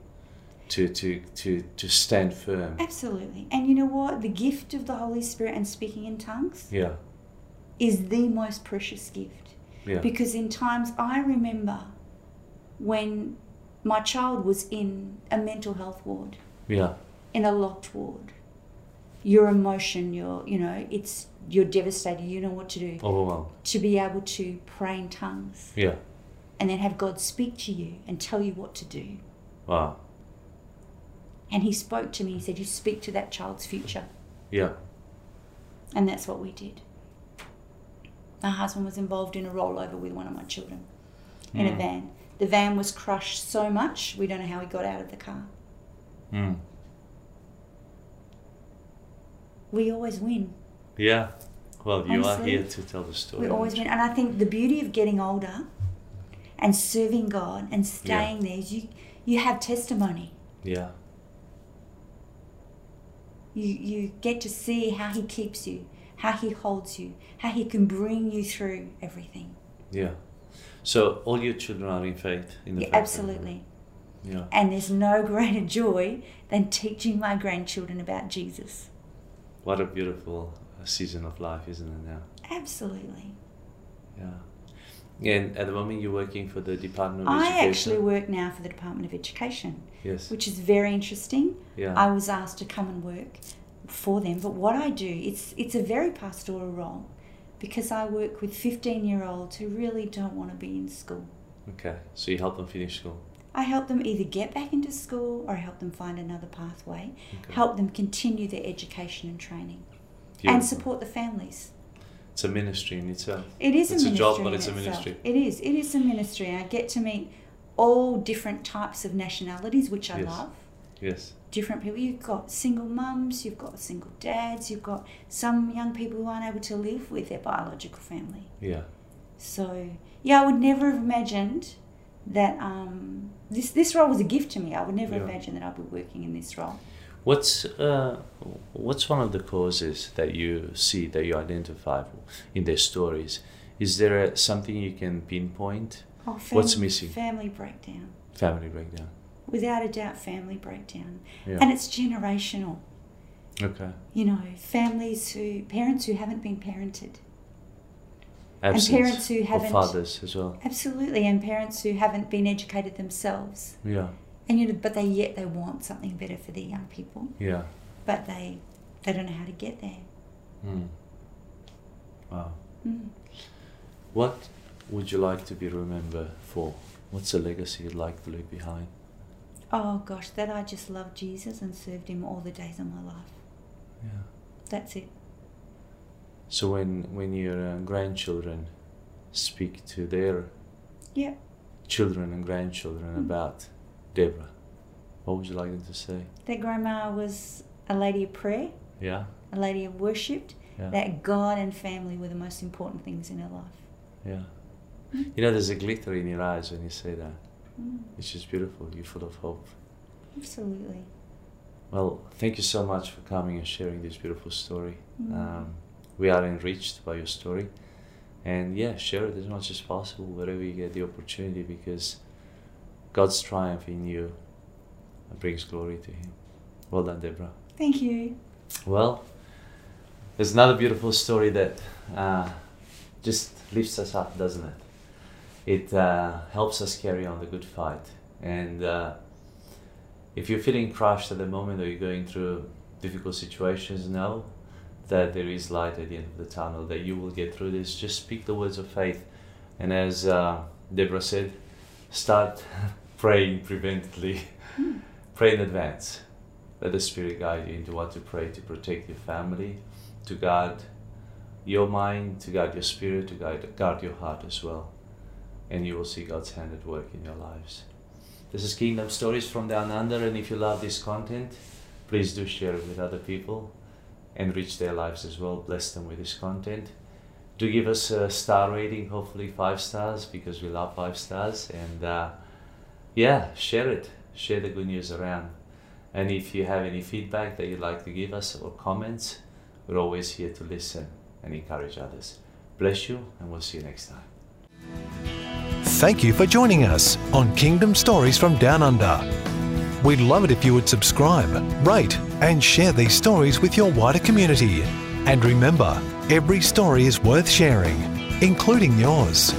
Speaker 1: to, to, to, to stand firm.
Speaker 2: Absolutely. And you know what? The gift of the Holy Spirit and speaking in tongues
Speaker 1: Yeah,
Speaker 2: is the most precious gift.
Speaker 1: yeah,
Speaker 2: Because in times I remember when my child was in a mental health ward,
Speaker 1: yeah,
Speaker 2: in a locked ward. Your emotion, your you know, it's you're devastated, you know what to do.
Speaker 1: overwhelmed.
Speaker 2: To be able to pray in tongues
Speaker 1: Yeah,
Speaker 2: and then have God speak to you and tell you what to do.
Speaker 1: wow,
Speaker 2: And he spoke to me, he said, You speak to that child's future.
Speaker 1: yeah,
Speaker 2: And that's what we did. My husband was involved in a rollover with one of my children in a van. The van was crushed so much, we don't know how he got out of the car.
Speaker 1: mm.
Speaker 2: We always win.
Speaker 1: yeah. Well, you are
Speaker 2: Honestly,
Speaker 1: here to tell the story.
Speaker 2: We always win. And I think the beauty of getting older and serving God and staying there is you, you have testimony.
Speaker 1: Yeah,
Speaker 2: You, you get to see how He keeps you, how He holds you, how He can bring you through everything.
Speaker 1: yeah. So all your children are in faith, in the
Speaker 2: Yeah,
Speaker 1: faith community.
Speaker 2: absolutely.
Speaker 1: Yeah,
Speaker 2: And there's no greater joy than teaching my grandchildren about Jesus.
Speaker 1: what a beautiful uh, season of life, isn't it now?
Speaker 2: Absolutely.
Speaker 1: Yeah. And at the moment, you're working for the Department of
Speaker 2: I
Speaker 1: Education.
Speaker 2: actually work now for the Department of Education,
Speaker 1: Yes.
Speaker 2: which is very interesting.
Speaker 1: Yeah.
Speaker 2: I was asked to come and work for them, but what I do, it's it's a very pastoral role because I work with 15-year-olds who really don't want to be in school.
Speaker 1: Okay. So you help them finish school.
Speaker 2: I help them either get back into school or help them find another pathway,
Speaker 1: Okay.
Speaker 2: help them continue their education and training,
Speaker 1: Beautiful.
Speaker 2: and support the families.
Speaker 1: It's a ministry in itself.
Speaker 2: It
Speaker 1: It's
Speaker 2: is a
Speaker 1: a
Speaker 2: ministry.
Speaker 1: job, but
Speaker 2: in
Speaker 1: it's a
Speaker 2: itself.
Speaker 1: ministry.
Speaker 2: It is. It is a ministry. I get to meet all different types of nationalities, which I
Speaker 1: Yes.
Speaker 2: love.
Speaker 1: Yes.
Speaker 2: Different people. You've got single mums, you've got single dads, you've got some young people who aren't able to live with their biological family.
Speaker 1: Yeah.
Speaker 2: So, yeah, I would never have imagined that um, this, this role was a gift to me. I would never
Speaker 1: Yeah.
Speaker 2: imagine that I'd be working in this role.
Speaker 1: What's uh, what's one of the causes that you see that you identify in their stories? Is there a, something you can pinpoint?
Speaker 2: Oh,
Speaker 1: What's
Speaker 2: family-
Speaker 1: missing?
Speaker 2: Family breakdown.
Speaker 1: Family breakdown.
Speaker 2: Without a doubt, family breakdown.
Speaker 1: Yeah.
Speaker 2: And it's generational.
Speaker 1: Okay.
Speaker 2: you know, families who, parents who haven't been parented.
Speaker 1: Absence
Speaker 2: parents who
Speaker 1: of
Speaker 2: haven't-
Speaker 1: fathers as well.
Speaker 2: Absolutely, and parents who haven't been educated themselves.
Speaker 1: Yeah.
Speaker 2: And you know, but they yet they want something better for their young people,
Speaker 1: Yeah.
Speaker 2: but they they don't know how to get there.
Speaker 1: Mm. Wow.
Speaker 2: Mm.
Speaker 1: What would you like to be remembered for? What's the legacy you'd like to leave behind?
Speaker 2: Oh gosh, that I just loved Jesus and served him all the days of my life.
Speaker 1: Yeah.
Speaker 2: That's it.
Speaker 1: So when when your uh, grandchildren speak to their
Speaker 2: Yeah.
Speaker 1: children and grandchildren
Speaker 2: Mm.
Speaker 1: about Deborah, what would you like them to say?
Speaker 2: That grandma was a lady of prayer,
Speaker 1: Yeah,
Speaker 2: a lady of worship.
Speaker 1: yeah,
Speaker 2: That God and family were the most important things in her life.
Speaker 1: yeah. You know, there's a glitter in your eyes when you say that,
Speaker 2: Mm,
Speaker 1: which is beautiful. You're full of hope.
Speaker 2: absolutely.
Speaker 1: Well, thank you so much for coming and sharing this beautiful story.
Speaker 2: Mm.
Speaker 1: Um, we are enriched by your story. And yeah, share it as much as possible wherever you get the opportunity because God's triumph in you brings glory to Him. Well done, Deborah.
Speaker 2: Thank you.
Speaker 1: Well, there's another beautiful story that uh, just lifts us up, doesn't it? It uh, helps us carry on the good fight. And uh, if you're feeling crushed at the moment or you're going through difficult situations, know that there is light at the end of the tunnel, that you will get through this. Just speak the words of faith. And as uh, Deborah said, start praying preventatively, pray in advance. Let the Spirit guide you into what to pray to protect your family, to guard your mind, to guard your spirit, to guide, guard your heart as well. And you will see God's hand at work in your lives. This is Kingdom Stories from Down Under, and if you love this content, Please do share it with other people. Enrich their lives as well. Bless them with this content. Do give us a star rating, hopefully five stars, because we love five stars. And uh, yeah, share it. Share the good news around. And if you have any feedback that you'd like to give us or comments, we're always here to listen and encourage others. Bless you, and we'll see you next time.
Speaker 3: Thank you for joining us on Kingdom Stories from Down Under. We'd love it if you would subscribe, rate, and share these stories with your wider community. And remember, every story is worth sharing, including yours.